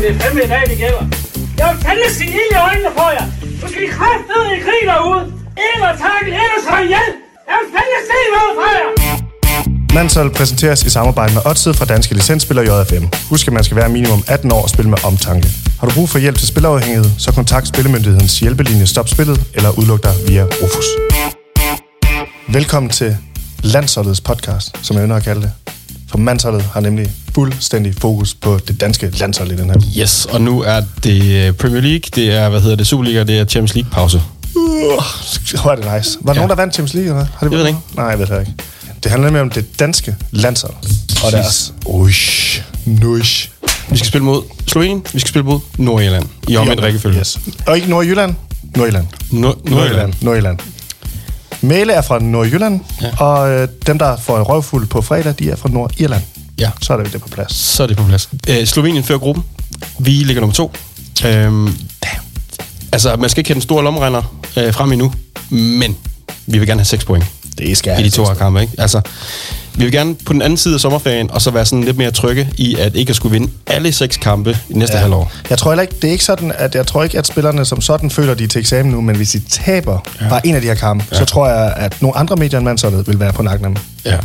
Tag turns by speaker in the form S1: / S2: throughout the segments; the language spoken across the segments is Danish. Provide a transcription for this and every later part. S1: det er fandme i dag, det gælder. Jeg vil fandme se ild i øjnene på jer. Du skal i kraftedeme i krig derude. Eller takkel, eller så ihjel. Jeg vil fandme se noget fra jer.
S2: Mansol præsenteres i samarbejde med Odset fra danske licensspiller JFM. Husk, at man skal være minimum 18 år og spille med omtanke. Har du brug for hjælp til spilafhængighed, så kontakt Spillemyndighedens hjælpelinje Stop Spillet eller udluk dig via Rufus. Velkommen til Landsholdets podcast, som jeg ynder at kalde det. For Mansholdet har nemlig fuldstændig fokus på det danske landshold i den her uge.
S3: Yes, og nu er det øh, Premier League, det er, hvad hedder det, Superliga, det er Champions League-pause.
S2: Uh, hvor er det nice. Var der ja. nogen, der vandt Champions League, eller hvad? Har det
S3: Jeg ved det ikke.
S2: Nej, jeg ved det ikke. Det handler nemlig om det danske landshold. Og deres... Ush, nush.
S3: Vi skal spille mod Slovenien, vi skal spille mod Nordirland i omvendt rækkefølge.
S2: Yes. Og ikke Nordjylland? Nordjylland.
S3: Nor- Nordirland.
S2: Nordjylland. Mæle er fra Nordjylland, ja.
S3: Ja.
S2: og øh, dem, der får en røvfuld på fredag, de er fra Nordirland.
S3: Ja,
S2: Så er det det på plads.
S3: så er det på plads. Øh, Slovenien fører gruppen. Vi ligger nummer to. Øhm, altså, man skal ikke have den store lomregner øh, frem endnu, men vi vil gerne have 6 point
S2: Det skal
S3: i de to her kampe, ikke? Altså, vi vil gerne på den anden side af sommerferien, og så være sådan lidt mere trygge i, at ikke at skulle vinde alle seks kampe i næste ja. halvår.
S2: Jeg tror heller ikke, det er ikke sådan, at jeg tror ikke, at spillerne som sådan føler, de er til eksamen nu, men hvis de taber ja. bare en af de her kampe, ja. så tror jeg, at nogle andre medier end mandsholdet vil være på nakken af dem.
S3: Ja.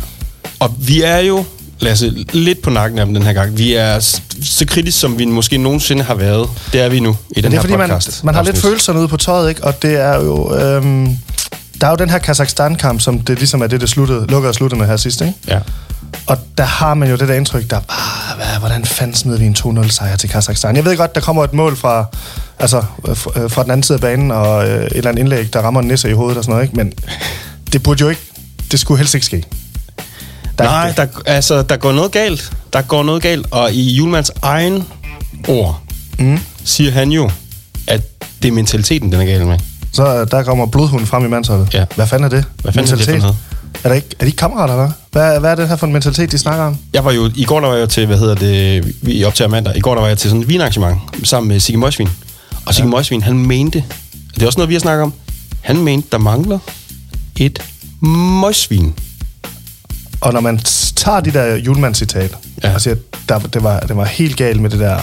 S3: Og vi er jo, Lasse, lidt på nakken af dem den her gang. Vi er s- så kritisk, som vi måske nogensinde har været. Det er vi nu i den
S2: Det er
S3: her
S2: fordi, man,
S3: podcast.
S2: man har lidt
S3: afsnit.
S2: følelserne ude på tøjet, ikke? Og det er jo... Øhm, der er jo den her Kazakhstan-kamp, som det ligesom er det, det sluttede, lukker og sluttede med her sidst, ikke?
S3: Ja.
S2: Og der har man jo det der indtryk, der bare, hvad, hvordan fanden smed vi en 2-0-sejr til Kazakhstan? Jeg ved godt, der kommer et mål fra, altså, øh, fra, øh, fra den anden side af banen, og øh, et eller andet indlæg, der rammer en nisse i hovedet og sådan noget, ikke? men det burde jo ikke, det skulle helst ikke ske. Der,
S3: Nej, der, altså, der går noget galt. Der går noget galt. Og i Julmans egen ord, mm. siger han jo, at det er mentaliteten, den er gal med.
S2: Så øh, der kommer blodhunden frem i mandsholdet.
S3: Ja.
S2: Hvad fanden er det?
S3: Hvad fanden er det for noget?
S2: Er, der ikke, er de ikke kammerater, eller hvad? hvad? Hvad er det her for en mentalitet, de snakker om?
S3: Jeg var jo, i går der var jeg til, hvad hedder det, vi optager mandag, i går der var jeg til sådan et vinarrangement sammen med Sigge Møjsvin. Og Sigge ja. Møjsvin, han mente, det er også noget, vi har snakket om, han mente, der mangler et møjsvin.
S2: Og når man s- tager de der julemandscitater, ja.
S3: Ja.
S2: og siger, at der, det, var, det var helt galt med det der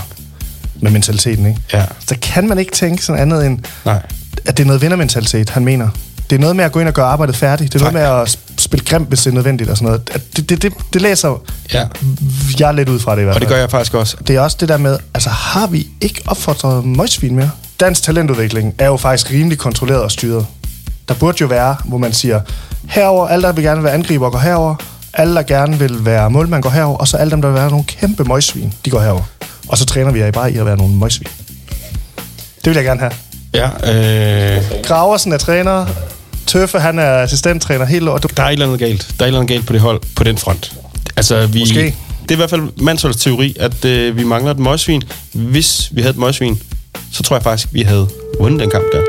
S2: med mentaliteten, ikke?
S3: Ja.
S2: så kan man ikke tænke sådan andet end,
S3: Nej.
S2: at det er noget vindermentalitet, han mener. Det er noget med at gå ind og gøre arbejdet færdigt. Det er noget med at sp- spille grimt, hvis det er nødvendigt og sådan noget. At Det, det, det, det læser
S3: Ja.
S2: jeg lidt ud fra det i hvert
S3: Og
S2: fald.
S3: det gør jeg faktisk også.
S2: Det er også det der med, altså har vi ikke opfordret Møjsvin mere? Dansk talentudvikling er jo faktisk rimelig kontrolleret og styret. Der burde jo være, hvor man siger, herover alle der vil gerne være angriber går herover, alle der gerne vil være målmand går herover, og så alle dem der vil være nogle kæmpe møjsvin, de går herover. Og så træner vi jer bare i at være nogle møjsvin. Det vil jeg gerne have.
S3: Ja, øh,
S2: Graversen er træner, Tøffe han er assistenttræner helt lort.
S3: der er et eller andet galt. Der er et eller andet galt på det hold, på den front. Altså, vi,
S2: Måske.
S3: Det er i hvert fald mandsholdets teori, at øh, vi mangler et møjsvin. Hvis vi havde et møjsvin, så tror jeg faktisk, vi havde vundet den kamp der.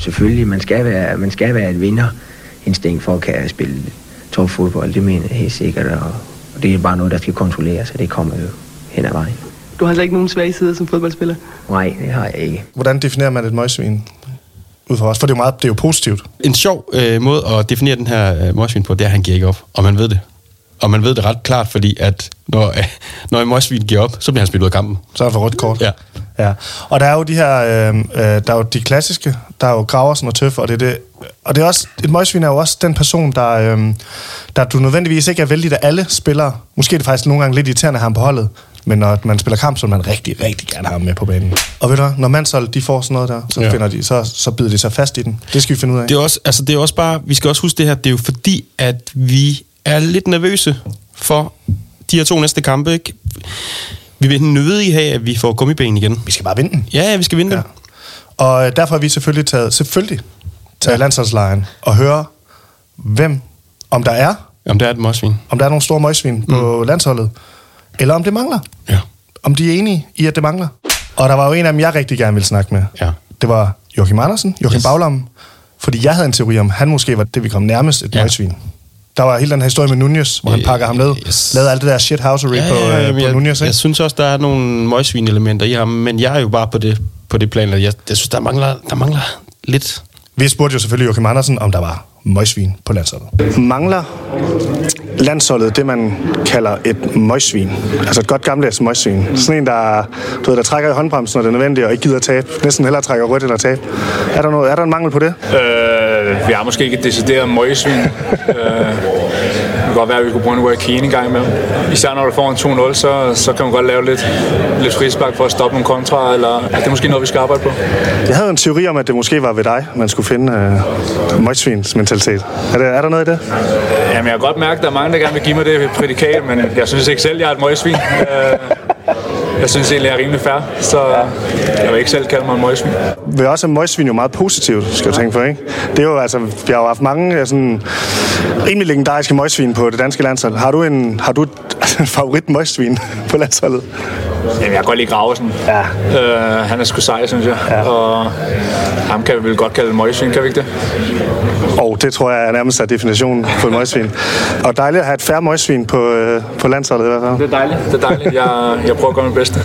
S4: Selvfølgelig, man skal være, man skal være et vinderinstinkt for at kan spille topfodbold, det mener jeg helt sikkert, og, og det er bare noget, der skal kontrolleres, og det kommer jo hen ad vejen.
S5: Du har slet ikke nogen svage sider som fodboldspiller.
S4: Nej, det har jeg ikke.
S2: Hvordan definerer man et møjsvin? Ud fra os, for det er jo, meget, det er jo positivt.
S3: En sjov øh, måde at definere den her øh, mosvin på, det er, at han giver ikke op. Og man ved det. Og man ved det ret klart, fordi at når, øh, når en mosvin giver op, så bliver han spillet ud af kampen.
S2: Så er han for rødt kort.
S3: Ja.
S2: ja. Og der er jo de her, øh, øh, der er jo de klassiske, der er jo Graversen og Tøffe, og det er det. Og det er også, et møgsvin er jo også den person, der, øh, der du nødvendigvis ikke er vældig af alle spillere. Måske er det faktisk nogle gange lidt irriterende at have ham på holdet, men når man spiller kamp, så vil man rigtig, rigtig gerne have ham med på banen. Og ved du hvad, når Mansol, de får sådan noget der, så, ja.
S3: Ja.
S2: finder de, så, så bider de sig fast i den. Det skal vi finde ud af.
S3: Det er, også, altså, det er også bare, vi skal også huske det her, det er jo fordi, at vi er lidt nervøse for de her to næste kampe, ikke? Vi vil nødig have, at vi får gummiben igen.
S2: Vi skal bare vinde den.
S3: Ja, ja, vi skal vinde ja.
S2: Ja.
S3: dem.
S2: Og øh, derfor har vi selvfølgelig taget, selvfølgelig taget ja. landsholdslejen og høre, hvem, om der er
S3: Jamen, der er et mosvin.
S2: om der er nogle store møgsvin mm. på landsholdet, eller om det mangler.
S3: Ja.
S2: Om de er enige i, at det mangler. Og der var jo en af dem, jeg rigtig gerne ville snakke med.
S3: Ja.
S2: Det var Joachim Andersen, Joachim yes.
S3: Yes.
S2: Baglom. Fordi jeg havde en teori om, at han måske var det, vi kom nærmest et ja.
S3: Ja.
S2: møgsvin. Der var hele den her historie med Nunez, hvor han
S3: Øh,
S2: pakker ham ned. Yes.
S3: yes.
S2: Lavede alt det der shithousery ja, på, ja, ja, på
S3: men jeg,
S2: Nunez, ikke?
S3: jeg synes også, der er nogle møgsvin-elementer i ham, men jeg er jo bare på det, på det plan, at jeg, jeg synes, der mangler, der mangler lidt.
S2: Vi spurgte jo selvfølgelig Joachim Andersen, om der var møgsvin på landsholdet. Mangler landsholdet det, man kalder et møgsvin? Altså et godt gammeldags møgsvin. Sådan en, der, du ved, der trækker i håndbremsen, når det er nødvendigt, og ikke gider tabe. Næsten hellere trækker rødt eller tabe. Er der, noget, er der en mangel på det?
S6: Øh, vi har måske ikke et decideret møgesvin. øh, det kan godt være, at vi kunne bruge en Joaquin en gang imellem. Især når du får en 2-0, så, så kan man godt lave lidt, lidt frisbak for at stoppe nogle kontra, eller at det er måske noget, vi skal arbejde på.
S2: Jeg havde en teori om, at det måske var ved dig, man skulle finde øh, møgsvinsmentalitet. Er der, er der noget i det?
S6: Jamen, jeg kan godt mærke, at der er mange, der gerne vil give mig det prædikat, men jeg synes ikke selv, jeg er et møgesvin. Øh, jeg synes egentlig, jeg er rimelig fair, så jeg vil ikke selv kalde mig en møgesvin.
S2: ved også er møgsvin jo meget positivt, skal du tænke på, ikke? Det er jo altså, vi har jo haft mange ja, sådan, rimelig legendariske møgsvin på det danske landshold. Har du en, har du et- en favorit møgsvin på landsholdet?
S6: Jamen, jeg kan godt lide Graversen. Ja. Øh, han er sgu sej, synes jeg. Ja. Og ham kan vi vel godt kalde en møgesvin, kan vi ikke det?
S2: Og det tror jeg er nærmest er definitionen på et møgsvin. Og dejligt at have et færre møgsvin på, øh, på landsholdet i hvert fald.
S6: Det er dejligt. Det er dejligt. Jeg, jeg prøver at gøre mit bedste.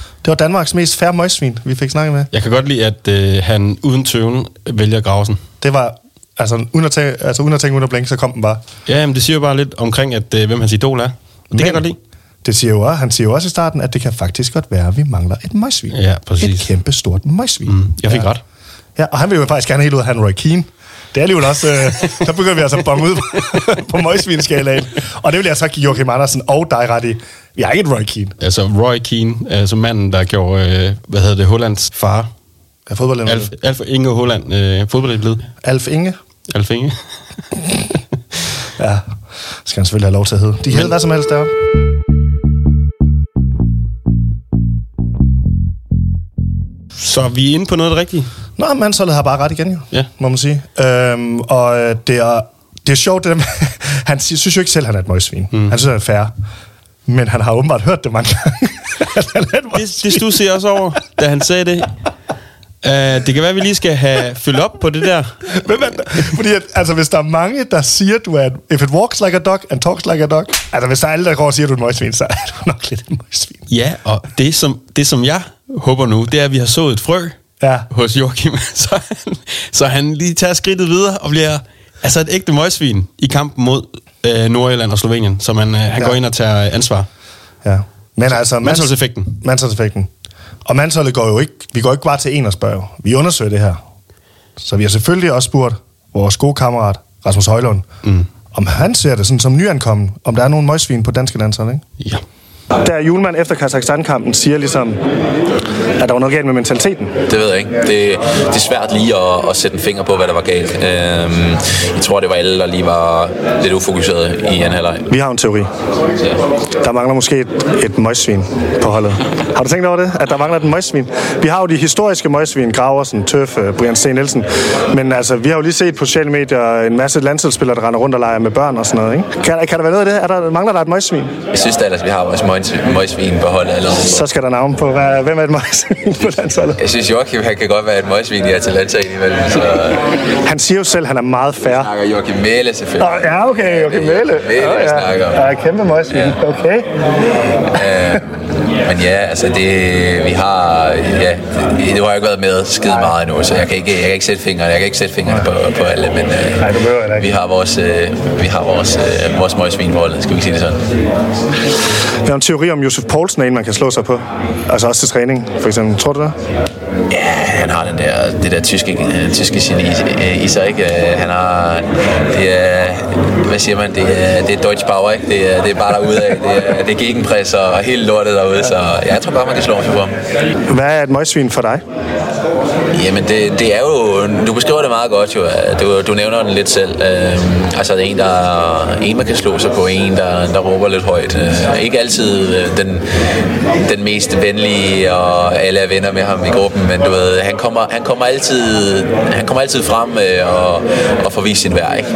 S2: Det var Danmarks mest færre møgsvin, vi fik snakket med.
S3: Jeg kan godt lide, at øh, han uden tøven vælger Grausen.
S2: Det var, altså uden at tænke, altså, uden at tænke, uden at blinke, så kom den bare.
S3: Ja, men det siger jo bare lidt omkring, at øh, hvem hans idol er. Og det men. kan jeg godt lide.
S2: Det siger jo også, han siger jo også i starten, at det kan faktisk godt være, at vi mangler et møgsvin.
S3: Ja, præcis.
S2: Et kæmpe stort møgsvin. Mm,
S3: jeg fik
S2: ja.
S3: ret.
S2: Ja, og han vil jo faktisk gerne helt ud af han Roy Keane. Det er alligevel også, øh, der begynder vi altså at bonge ud på møgsvinskalaen. Og det vil jeg så give Joachim Andersen og dig ret i. Jeg er ikke et Roy Keane.
S3: Altså Roy Keane, altså manden, der gjorde, øh, hvad hedder det, Hollands far.
S2: Er fodbold
S3: Alf, Alf Inge Holland, øh, fodboldled.
S2: Alf Inge.
S3: Alf Inge.
S2: Ja, skal han selvfølgelig have lov til at hedde. De hedder hvad som helst deroppe.
S3: Så vi er inde på noget af det rigtige.
S2: Nå, mandsholdet har bare ret igen, jo,
S3: Ja.
S2: må man sige. Øhm, og øh, det er, det er sjovt, det der med, han si- synes jo ikke selv, han er et møgsvin. Mm. Han synes, han er færre. Men han har åbenbart hørt det mange gange. at han er et
S3: Det, det stod jeg også over, da han sagde det. Uh, det kan være, at vi lige skal have fyldt op på det der.
S2: Hvem er det? Fordi at, altså, hvis der er mange, der siger, du er... en- If it walks like a dog, and talks like a dog. Altså, hvis der er alle, der går og siger, du er et møgsvin, så er du nok lidt et møgsvin.
S3: Ja, og det som, det som jeg håber nu, det er, at vi har sået et frø
S2: Ja.
S3: hos Joachim, så han, så han lige tager skridtet videre og bliver altså et ægte møgsvin i kampen mod øh, Nordjylland og Slovenien, så man, øh, han
S2: Ja.
S3: ja. går ind og tager øh, ansvar.
S2: Ja. Men altså... mands-
S3: Mandsholdseffekten.
S2: Mandsholdseffekten. Og mandsholdet går jo ikke... Vi går ikke bare til en og spørger. Vi undersøger det her. Så vi har selvfølgelig også spurgt vores gode kammerat, Rasmus Højlund, mm. om han ser det sådan som nyankommen, om der er nogen møgsvin på danske landshold, ikke?
S3: Ja.
S2: Der julemand efter Kazakhstan-kampen siger ligesom, at der var noget galt med mentaliteten.
S7: Det ved jeg ikke. Det, det er svært lige at, at sætte en finger på, hvad der var galt. Øhm, jeg tror, det var alle, der lige var lidt ufokuseret i anden halvleg.
S2: Vi har en teori.
S7: Ja.
S2: Der mangler måske et, et møgsvin på holdet. Har du tænkt over det, at der mangler et møgsvin? Vi har jo de historiske møgsvin, Graversen, Tøf, øh, Brian C. Nielsen. Men altså, vi har jo lige set på sociale medier en masse landsholdsspillere, der render rundt og leger med børn og sådan noget. Ikke? Kan, kan der være noget af det? Er der, mangler der et møgsvin?
S7: Jeg synes da ellers, vi har vores møgs- møgsvin på holdet allerede.
S2: Så skal der navn på, hvad, hvem er et møgsvin på landsholdet?
S7: Jeg synes, Joachim han kan godt være et møgsvin i Atalanta indimellem, så
S2: Han siger jo selv, at han er meget færre.
S7: snakker Joachim Mæle
S2: Nå,
S7: selvfølgelig.
S2: ja, okay, okay, Mæle.
S7: Mæle,
S2: Nå,
S7: vi snakker om.
S2: ja. ja, kæmpe møgsvin. Okay.
S7: Men ja, altså det, vi har, ja, det, nu har jeg ikke været med skide meget endnu, så jeg kan ikke, jeg kan ikke sætte fingrene, jeg kan ikke sætte fingrene på, på alle, men øh,
S2: Nej, du behøver heller ikke.
S7: vi har vores, øh, vi har vores, øh, vores møgsvin på holdet, skal vi ikke sige det sådan.
S2: Jeg har en teori om Josef Poulsen er en, man kan slå sig på. Altså også til træning, for eksempel. Tror du det?
S7: Ja, han har den der, det der tyske, øh, tyske geni i- i sig, ikke? Øh, Han har, det er, hvad siger man, det er, det er Deutsche Bauer, ikke? Det er, det er bare derude af, det er, det er gegenpres og, og helt lortet derude, så ja, jeg tror bare, man kan slå sig på ham.
S2: Hvad er et møgsvin for dig?
S7: Jamen, det, det er jo, du beskriver det meget godt jo, du, du nævner den lidt selv. Øhm, altså, en, der, en, man kan slå sig på, en, der, der råber lidt højt. Øh, ikke altid øh, den, den mest venlige, og alle er venner med ham i gruppen, men du ved, han kommer, han kommer, altid, han kommer altid frem øh, og, og får vist sin værd, ikke?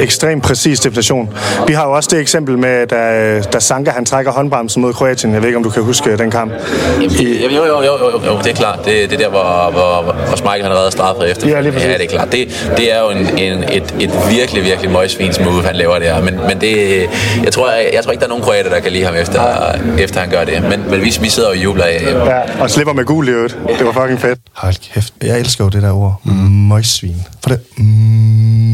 S2: Ekstremt præcis definition. Vi har jo også det eksempel med, da, da Sanka han trækker håndbremsen mod Kroatien. Jeg ved ikke, om du kan huske øh, den kamp.
S7: Øh, Jamen, jo, jo, jo, jo, jo, det er klart. Det, det er der, hvor, hvor, hvor Michael han har været straffet efter.
S2: Ja, lige præcis.
S7: ja, det er klart. Det, det er jo en, en, et, et virkelig, virkelig møgsvins move, han laver der. Men, men det, jeg, tror, jeg, jeg tror ikke, der er nogen kroater, der kan lide ham efter, efter han gør det. Men, men vi, vi sidder jo og jubler af.
S2: Ja, og slipper med gul i øvrigt. Det var fucking fedt. Hold Hold kæft. Jeg elsker jo det der ord. Mm. Møgsvin. For det... Mm,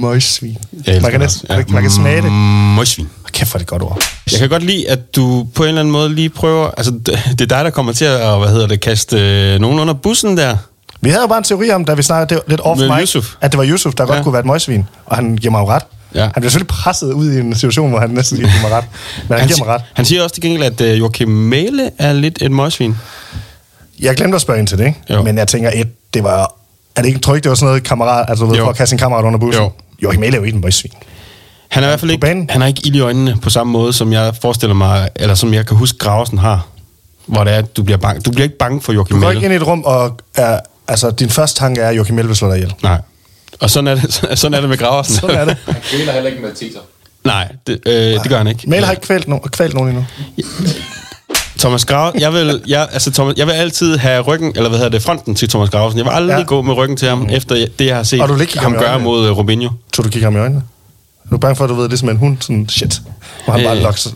S2: møgsvin. Man kan, næsten, ja. man kan smage det.
S3: Mm. Møgsvin.
S2: Hold kæft, hvor er det et godt ord.
S3: Jeg kan godt lide, at du på en eller anden måde lige prøver... Altså, det det er dig, der kommer til at, hvad hedder det, kaste øh, nogen under bussen der.
S2: Vi havde jo bare en teori om, da vi snakkede det, lidt off
S3: Med
S2: mic,
S3: Yusuf.
S2: at det var Yusuf, der ja.
S3: Ja.
S2: godt kunne være et møgsvin. Og han giver mig jo ret.
S3: Ja.
S2: Han bliver selvfølgelig presset ud i en situation, hvor han næsten ikke giver mig ret. Men han, han giver mig ret.
S3: han siger også til gengæld, at øh, Joachim Mæle er lidt et møgsvin.
S2: Jeg glemte at spørge ind til det, ikke?
S3: Jo.
S2: men jeg tænker, et, det var... Er det ikke trygt, det var sådan noget kammerat, altså du ved,
S3: Jo.
S2: for at kaste sin kammerat under bussen?
S3: Jo.
S2: Jo, Himmel er jo ikke en møgsvin.
S3: Han er i hvert fald
S2: På
S3: ikke,
S2: banen.
S3: han er ikke ild i øjnene på samme måde, som jeg forestiller mig, eller som jeg kan huske, Graversen har. Hvor det er, at du bliver bange. Du bliver ikke bange for Joachim
S2: Du går
S3: Mæle.
S2: ikke ind i et rum, og er, altså, din første tanke er, at Joachim Mæl vil slå dig ihjel.
S3: Nej. Og sådan er det, sådan er det med Graversen.
S2: Sådan er det.
S7: Kvinder heller ikke med teaser.
S3: Nej, det, øh, det gør han ikke.
S2: Mæl har ikke kvalt, no- kvalt nogen endnu.
S3: Thomas Grav, jeg vil, jeg, altså, Thomas, jeg vil altid have ryggen, eller hvad hedder det, fronten til Thomas Graversen. Jeg vil aldrig
S2: Ja.
S3: ja. gå med ryggen til ham, mm. efter det, jeg har set
S2: Og du vil ikke kigge
S3: ham
S2: ham i
S3: gøre
S2: øjnene.
S3: mod uh, Robinho.
S2: Tror du kigger ham i øjnene? Er du bange for, at du ved, det er som en hund? Sådan, shit. Hvor han bare
S3: Øh.
S2: lokser.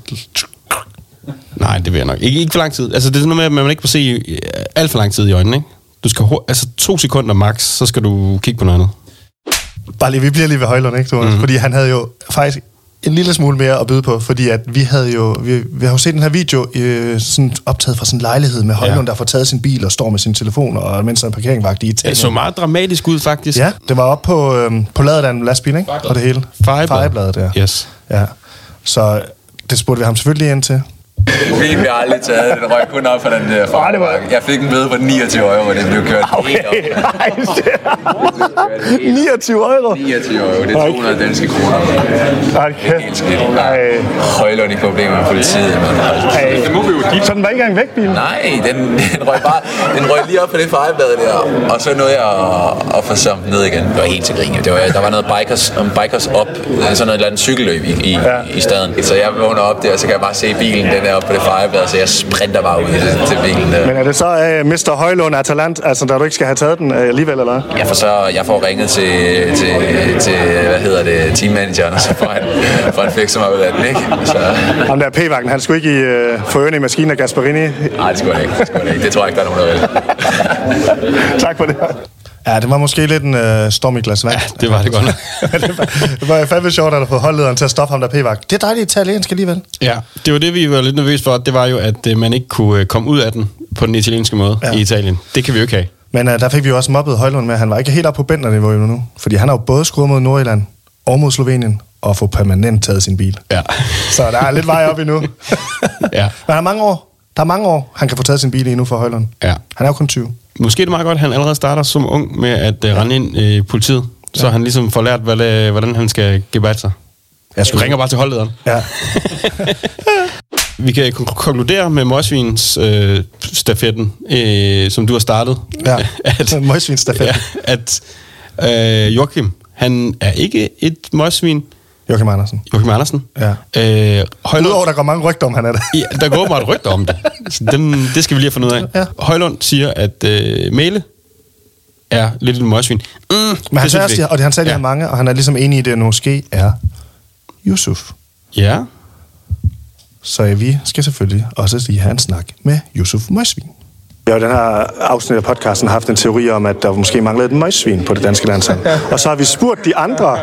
S3: Nej, det vil jeg nok. Ikke, ikke for lang tid. Altså, det er sådan noget med, at man ikke må se øh, alt for lang tid i øjnene, ikke? Du skal hur- altså to sekunder max, så skal du kigge på noget andet.
S2: Bare lige, vi bliver lige ved Højlund, ikke,
S3: Mhm.
S2: Thomas? Mm. Fordi han havde jo faktisk en lille smule mere at byde på, fordi at vi havde jo, vi, vi har jo set den her video øh, sådan optaget fra sådan en lejlighed med Højlund,
S3: Ja.
S2: ja. der får taget sin bil og står med sin telefon, og mens der er en parkeringvagt i Italien.
S3: Det så meget dramatisk ud, faktisk.
S2: Ja, det var op på, øh, på ladet af en lastbil, ikke? Og det hele.
S3: Fejeblad.
S2: Fejebladet, ja.
S3: Yes.
S2: ja. Så det spurgte vi ham selvfølgelig ind til.
S7: Bilen blev aldrig taget. Den røg kun op for den der farmark. Jeg fik en bøde på 29 euro, hvor den blev kørt helt op.
S2: 29 euro.
S7: 29 euro, det er 200 danske kroner.
S2: Ej,
S7: Helt skidt. Højlund i problemer med politiet. mand.
S2: Så den var ikke engang væk, bilen?
S7: Nej, den, den røg bare den røg lige op på det fejeblad der, og så nåede jeg at, at få samlet ned igen. Det var helt til grin. Det var, der var noget bikers, om bikers op, altså sådan noget eller andet cykelløb i, i, ja. i staden. Så jeg vågner op der, og så kan jeg bare se bilen, den er oppe på det fejeblad, så jeg sprinter bare ud til, til bilen der.
S2: Men er det så uh, Mr. Højlund Atalant, altså der du ikke skal have taget den uh, alligevel, eller hvad?
S7: Jeg får så jeg får ringet til, til, til hvad hedder det, teammanageren, og så får han, får han fikset mig ud af den, ikke? Altså. Så,
S2: Ham der p-vagten, han skulle ikke i uh, forøgende i maskinen af Gasparini.
S7: nej, det skulle han ikke. Det, skulle han ikke. det tror jeg ikke, der er nogen, der vil.
S2: tak for det. Ja, det var måske lidt en øh, storm i glas vand.
S3: Ja, det var det godt nok.
S2: det, var, det var fandme sjovt, at du fået holdlederen til at stoppe ham der p-vagt. Det er dejligt italiensk alligevel.
S3: Ja, det var det, vi var lidt nervøse for. Det var jo, at øh, man ikke kunne øh, komme ud af den på den italienske måde
S2: Ja.
S3: ja. i Italien. Det kan vi jo ikke have.
S2: Men øh, der fik vi jo også mobbet Højlund med, at han var ikke helt oppe på bænderniveau endnu. nu, Fordi han har jo både skruet mod Nordjylland og mod Slovenien og få permanent taget sin bil.
S3: Ja.
S2: Så der er lidt vej op endnu.
S3: Ja.
S2: Men der er mange år. Der er mange år, han kan få taget sin bil endnu for Højlund.
S3: Ja.
S2: Han er jo kun 20.
S3: Måske er det meget godt, at han allerede starter som ung med at øh, rende ind i øh, politiet. Så han ligesom får lært, hvad, det- hvordan han skal gebære sig.
S2: Jeg
S3: Du ringer bare til holdlederen.
S2: Ja.
S3: Vi kan kon- konkludere med Mosvins øh, stafetten, øh, som du har startet.
S2: Ja.
S3: at,
S2: Møgsvinstafetten.
S3: ja, at øh, Joachim, han er ikke et møgsvin.
S2: Joachim Andersen.
S3: Joachim Andersen.
S2: Ja.
S3: Øh, Højlund,
S2: Udover, der går mange rygter om, han er der.
S3: ja, der går åbenbart rygter om det. Så dem, det skal vi lige have fundet ud af.
S2: Ja.
S3: Højlund siger, at øh, Mæle er lidt et møgsvin. Mm,
S2: Men han
S3: det
S2: sagde,
S3: synes vi
S2: også, og han sagde, ja. de
S3: ja.
S2: her mange, og han er ligesom enig i det, at måske er Yusuf.
S3: Ja.
S2: Så øh, vi skal selvfølgelig også lige have en snak med Yusuf Møjsvin. Jeg har i den her afsnit af podcasten haft en teori om, at der måske manglede et møjsvin på det danske landshold. Og så har vi spurgt de andre,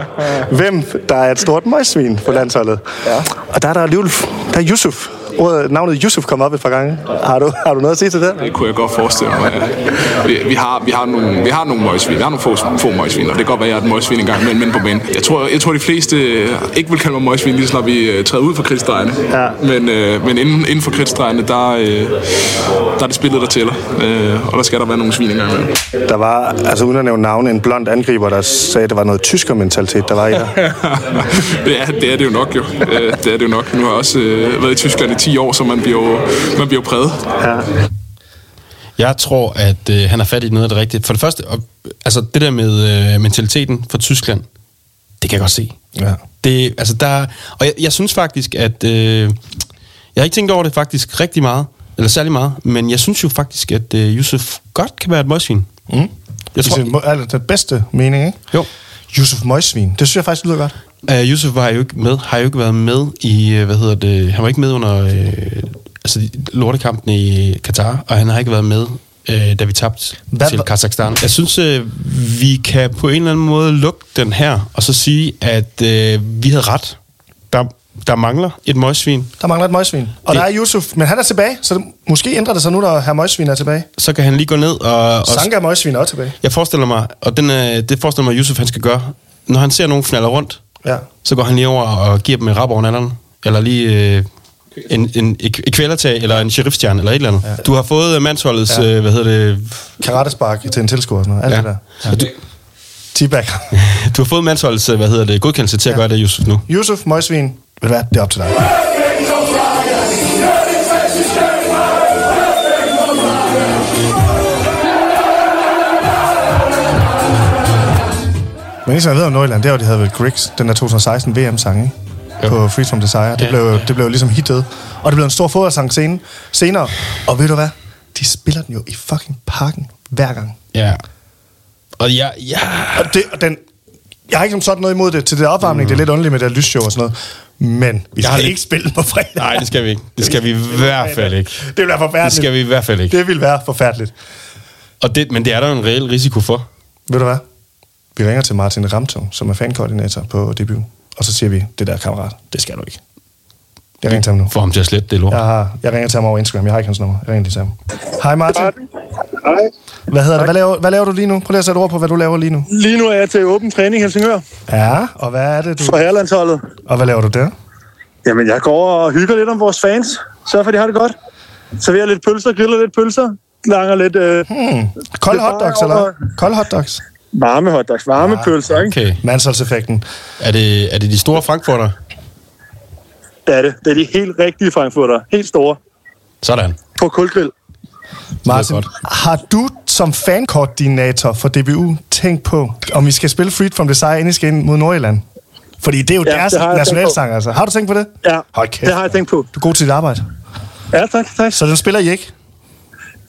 S2: hvem der er et stort møjsvin på landsholdet. Ja. Og der er der alligevel, der er Yusuf. Ordet, navnet Yusuf kom op et par gange. Har du, har du noget at sige til det?
S8: Det kunne jeg godt forestille mig. ja. Vi, vi, har, vi, har nogle, vi har nogle møgsvin. Vi har nogle få, få møgsvin, og det kan godt være, at jeg er et møgsvin engang imellem men på banen. Jeg tror, jeg tror, de fleste øh, ikke vil kalde mig møgsvin, lige så snart vi øh, træder ud for krigsdrejene.
S2: Ja.
S8: Men, øh, men inden, inden for krigsdrejene, der, øh, der er det spillet, der tæller. Øh, og der skal der være nogle svin engang imellem.
S2: Der var, altså uden at nævne navne, en blond angriber, der sagde, at det var noget tyskermentalitet, der var i der.
S8: det, er, det er det jo nok jo. Øh, det er det jo nok. Nu har jeg også øh, været i Tyskland i 10 år, så man bliver jo, man bliver jo præget.
S3: Jeg tror, at øh, han har fat i noget af det rigtige. For det første, og, altså det der med øh, mentaliteten fra Tyskland, det kan jeg godt se.
S2: Ja.
S3: Det, altså der, og jeg, jeg synes faktisk, at... Øh, jeg har ikke tænkt over det faktisk rigtig meget, eller særlig meget, men jeg synes jo faktisk, at øh, Yusuf godt kan være et møgsvin. Mm. Jeg
S2: Jeg tror,
S3: tror,
S2: I sin, altså, den bedste mening, ikke?
S3: Jo.
S2: Yusuf Møjsvin. Det synes jeg faktisk lyder godt.
S3: Uh, Yusuf var jo ikke med, har jo ikke været med i, øh, hvad hedder det, han var ikke med under øh, altså, lortekampen i Katar, og han har ikke været med øh, da vi tabte
S2: Hvad
S3: til
S2: var-
S3: Kazakhstan. Jeg synes, øh, vi kan på en eller anden måde lukke den her, og så sige, at øh, vi havde ret. Der, der mangler et møgsvin.
S2: Der mangler et møgsvin. Og
S3: Det-
S2: det. der er Yusuf, men han er tilbage, så det, måske ændrer det sig nu, når herr møgsvin er tilbage.
S3: Så kan han lige gå ned og... og
S2: Og Sanka møgsvin er også tilbage.
S3: jeg forestiller mig, og den, øh, det forestiller mig, at Yusuf han skal gøre. Når han ser nogen fnaller rundt,
S2: Ja.
S3: så går han lige over og giver dem en rap over nallerne. Eller lige øh, en, en, et, et kvælertag, eller en sheriffstjerne, eller et eller andet. Ja. Du har fået øh, mandsholdets, ja. øh, hvad hedder det...
S2: Karatespark til en tilskuer og sådan noget. Alt ja. det der.
S3: Ja. Du,
S2: T-bag.
S3: du har fået mandsholdets, øh, hvad hedder det, godkendelse til at ja. gøre det, Yusuf, nu.
S2: Yusuf, møgsvin, ved du hvad, det er op til dig. Men eneste, jeg ved om Nordjylland, det er jo, de havde vel Griggs, den der 2016 VM-sang, ikke?
S3: Jo.
S2: på Free From Desire. Det,
S3: Ja,
S2: ja, blev,
S3: ja.
S2: ja. det blev ligesom hittet. Og det blev en stor fodboldsang sen- senere. Og ved du hvad? De spiller den jo i fucking parken hver gang.
S3: Ja. Og jeg, ja,
S2: Og det, og den, jeg har ikke som sådan noget imod det til det opvarmning. Mm. Det er lidt underligt med det der lysshow og sådan noget. Men vi
S3: Jeg har
S2: skal
S3: lidt-
S2: ikke spille den på fredag.
S3: nej, det skal vi ikke. Det skal vi i hvert fald ikke.
S2: Det vil være forfærdeligt.
S3: Det skal vi i hvert fald ikke.
S2: Det vil være forfærdeligt.
S3: Og det, men det er der jo en reel risiko for.
S2: Ved du hvad? Vi ringer til Martin Ramtung, som er fankoordinator på DBU. Og så siger vi, det der kammerat, det skal du ikke. Jeg ringer til ham nu.
S3: For ham til at slette det lort.
S2: Jeg, har, jeg ringer til ham over Instagram. Jeg har ikke hans nummer. Jeg ringer lige til ham. Hej Martin.
S9: Hej.
S2: Hvad hedder det? Hvad laver, hvad laver du lige nu? Prøv lige at sætte ord på, hvad du laver lige nu.
S9: Lige nu er jeg til åben træning i Helsingør
S2: Ja, og hvad er det, du...
S9: for herrelandsholdet.
S2: Og hvad laver du der?
S9: Jamen, jeg går over og hygger lidt om vores fans. Sørg for, at de har det godt. Serverer lidt pølser, griller lidt pølser. Langer lidt øh,
S2: Hmm. Kold
S9: Det er bare
S2: hotdogs, eller?
S9: over-
S2: Kold hotdogs. Ah,
S9: varme hotdogs, varme ja, pølser, ikke?
S3: Okay.
S2: Mansholdseffekten.
S3: Er det, er det de store frankfurter?
S9: Det er det. Det er de helt rigtige frankfurter. Helt store. Ah.
S3: Sådan.
S9: På kulgrill.
S2: Martin,
S3: godt.
S2: har du som fankoordinator for DBU tænkt på, om vi skal spille Freed From Desire, inden I skal ind mod Nordjylland? Fordi det er jo
S9: Ja,
S2: ja, deres
S9: det har jeg tænkt på.
S2: nationalsang, altså. Har du tænkt på det?
S9: Ja,
S2: Hold kæft.
S9: det har jeg tænkt på.
S2: Du er god til dit arbejde.
S9: Ja, tak, tak.
S2: Så den spiller I ikke?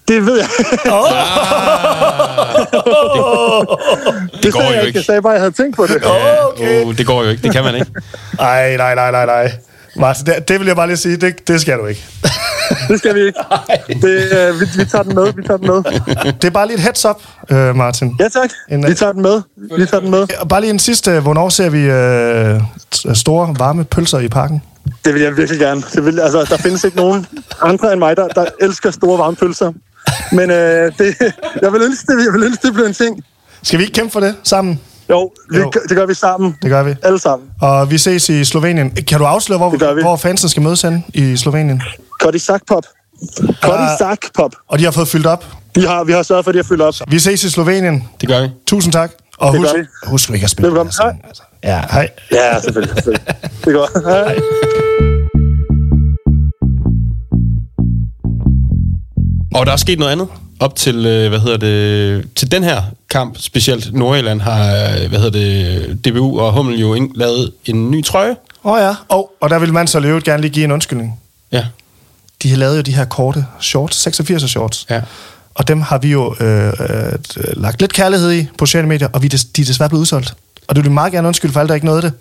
S9: Det ved jeg.
S2: Åh!
S9: Det,
S3: går
S9: sagde
S3: jo
S9: jeg
S3: ikke.
S9: Jeg sagde bare, at jeg havde tænkt på det.
S2: Okay.
S3: Uh, det går jo ikke. Det kan man ikke.
S2: Ej, nej, nej, nej, nej. Martin, det, det vil jeg bare lige sige, det, det skal du ikke.
S9: Det skal vi ikke. Det, øh, vi, vi tager den med. Vi tager den med.
S2: Det er bare lige et heads up, øh, Martin.
S9: Ja, tak.
S2: En-
S9: Vi tager den med. Vi tager den med.
S2: Og bare lige en sidste, hvornår ser vi øh, t- store, varme pølser i parken?
S9: Det vil jeg virkelig gerne. Det vil, altså, der findes ikke nogen andre end mig, der, der elsker store varmepølser. Men øh, det, jeg, vil ønske, det, jeg vil ønske, det blev en ting.
S2: Skal vi ikke kæmpe for det sammen?
S9: Jo, vi,
S2: Jo.
S9: jo. det gør vi sammen.
S2: Det gør vi.
S9: Alle sammen.
S2: Og vi ses i Slovenien. Kan du afsløre,
S9: Det gør
S2: hvor,
S9: vi.
S2: hvor fansen skal mødes hen i Slovenien?
S9: Cody Sackpop. Cody Sackpop.
S2: Og de har fået fyldt op.
S9: Vi har, vi har sørget for, at de har fyldt op.
S2: Vi ses i Slovenien.
S3: Det gør vi.
S2: Tusind tak. Og
S9: Det gør
S2: husk, husk ikke at spille.
S9: Velkommen.
S2: den her sang, altså. Ja, hej.
S9: Ja, selvfølgelig. selvfølgelig. Det går. Hej.
S3: Og der er sket noget andet op til, øh, hvad hedder det, til den her kamp, specielt Nordjylland har, øh, hvad hedder det, DBU og Hummel jo ind, lavet en ny trøje.
S2: Åh oh, ja. Og, og der vil man så løbet gerne lige give en undskyldning.
S3: Ja,
S2: De har lavet jo de her korte shorts, 86 shorts.
S3: Ja.
S2: Og dem har vi jo øh, øh, lagt lidt kærlighed i på sociale medier, og vi er des, de er desværre blevet udsolgt. Og det vil vi meget gerne undskylde for alle, der ikke nåede det.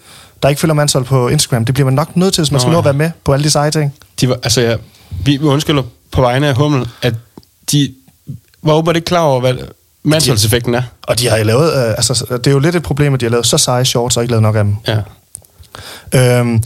S2: Der ikke følger mandshold på Instagram. Det bliver man nok nødt til, hvis man
S3: Nå,
S2: skal nå
S3: ja.
S2: at være med på alle de seje ting.
S3: de var, altså ja, vi, vi undskylder på vegne af Hummel, at de var åbenbart ikke klar over, hvad mandsholdseffekten er.
S2: Og de har jo lavet, øh, altså, det er jo lidt et problem, at de har lavet så seje shorts og ikke lavet nok af dem.
S3: Ja.
S2: Øhm,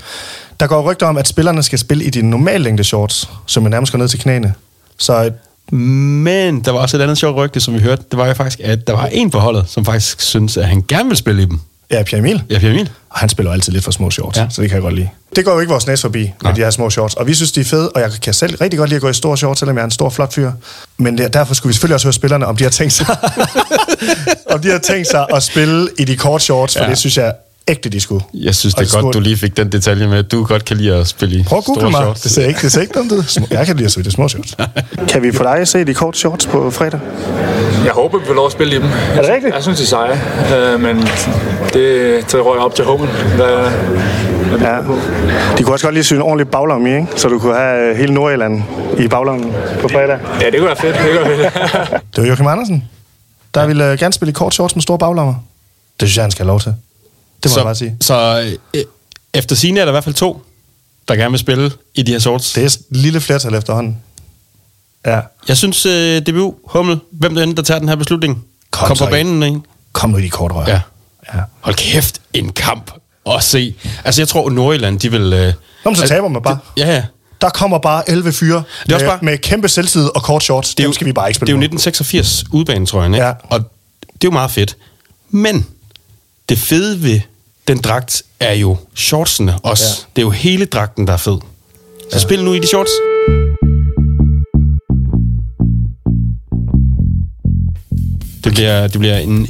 S2: der går rygter om, at spillerne skal spille i de normale længde shorts, som jo nærmest går ned til knæene. Så øh,
S3: Men der var også et andet sjovt rygte, som vi hørte, det var jo faktisk, at der var en på holdet, som faktisk synes at han gerne vil spille i dem.
S2: ja, Pierre Emil,
S3: Ja, Pierre Emil.
S2: og han spiller jo altid lidt for små shorts,
S3: Ja.
S2: ja. så det kan jeg godt lide. Det går jo ikke vores næse forbi,
S3: Nej.
S2: med de her små shorts. Og vi synes, de er fede, og jeg kan selv rigtig godt lide at gå i store shorts, selvom jeg er en stor, flot fyr. Men det, derfor skulle vi selvfølgelig også høre spillerne, om de har tænkt sig, om de har tænkt sig at spille i de korte shorts, for
S3: Ja.
S2: ja. det synes jeg ægte, de skulle.
S3: Jeg synes, det
S2: Og
S3: er godt, du
S2: skulle-
S3: lige fik den detalje med, at du godt kan lide at spille i
S2: Prøv at google
S3: store
S2: mig.
S3: shorts.
S2: Det ser ikke, det ser ikke dumt ud. Små- Jeg kan lide at se de små shorts. kan vi få dig at se de korte shorts på fredag?
S6: Jeg håber, vi får lov at spille i dem. Er
S2: det rigtigt?
S6: Jeg synes, de er seje. Øh, men det, det rører op til hummel. Hvad,
S2: Ja. De kunne også godt lige syne en ordentlig baglomme i, ikke? Så du kunne have øh, hele Nordjylland i baglommen på fredag.
S6: ja, det kunne være fedt. Det kunne være fedt.
S2: Det var Joachim Andersen, der ville øh, gerne spille i kort shorts med store baglommer. Det synes jeg, han skal have lov til. Det må
S3: så,
S2: jeg bare sige.
S3: Så øh, efter sine er der i hvert fald to, der gerne vil spille i de her sorts.
S2: Det er et lille flertal efterhånden. Ja.
S3: Jeg synes, øh, DBU, Hummel, hvem der end, der tager den her beslutning, kom, kom
S2: så
S3: på
S2: i.
S3: banen, ikke?
S2: Kom nu i de korte rør.
S3: Ja.
S2: ja.
S3: Hold kæft, en kamp at se. Altså, jeg tror, Nordjylland, de vil... Øh,
S2: Nå, men så
S3: altså,
S2: taber man bare.
S3: Ja, ja.
S2: Der kommer bare 11 fyre
S3: er også
S2: med,
S3: bare-
S2: med kæmpe selvtid og kort shorts. Det
S3: er jo-
S2: Dem skal vi bare ikke
S3: Det er
S2: spille
S3: jo
S2: mod.
S3: 1986 udbanetrøjen, ikke?
S2: Ja.
S3: Og det er jo meget fedt. Men det fede ved den dragt er jo shortsene også.
S2: Ja.
S3: Ja. Det er jo hele dragten, der er fed. Så ja. spil nu i de shorts. Det bliver, det bliver en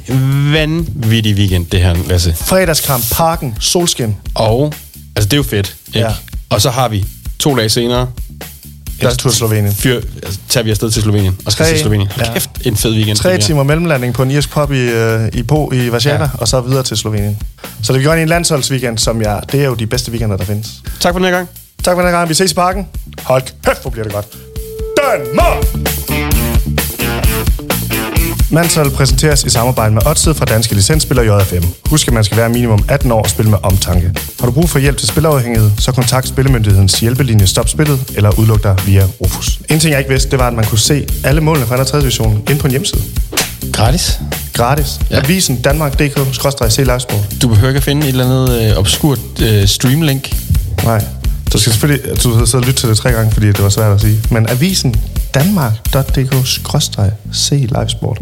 S3: vanvittig weekend, det her, Lasse.
S2: Fredagskamp, parken, solskin.
S3: Og, altså det er jo fedt, ikke?
S2: Ja.
S3: Ja. Og så har vi to dage senere,
S2: Der tur til Slovenien.
S3: fyr, altså, tager vi afsted til Slovenien og skal
S2: Tre-
S3: til Slovenien. Hold
S2: ja.
S3: kæft, en fed weekend. det
S2: Tre
S3: bliver.
S2: timer mellemlanding på en irsk pub i, øh, i Po i Warszawa, ja.
S3: Ja.
S2: og så videre til Slovenien. Så det vi gør i en landsholdsweekend, som jeg, det er jo de bedste weekender, der findes.
S3: Tak for den her gang.
S2: Tak for den her gang. Vi ses i parken. Hold kæft, hvor bliver det godt. Danmark! Mansol præsenteres i samarbejde med Odset fra Danske Licensspiller JFM. Husk, at man skal være minimum 18 år og spille med omtanke. Har du brug for hjælp til spilafhængighed, så kontakt Spillemyndighedens hjælpelinje Stop Spillet eller udluk dig via Rufus. En ting, jeg ikke vidste, det var, at man kunne se alle målene fra 2. og 3. division inde på en hjemmeside.
S3: Gratis.
S2: Gratis. Ja.
S3: Ja.
S2: Avisen danmark.dk-c livesport.
S3: Du behøver ikke at finde et eller andet øh, obskurt øh, streamlink.
S2: Nej. Du skal selvfølgelig du skal sidde og lytte til det tre gange, fordi det var svært at sige. Men avisen danmark.dk-c livesport.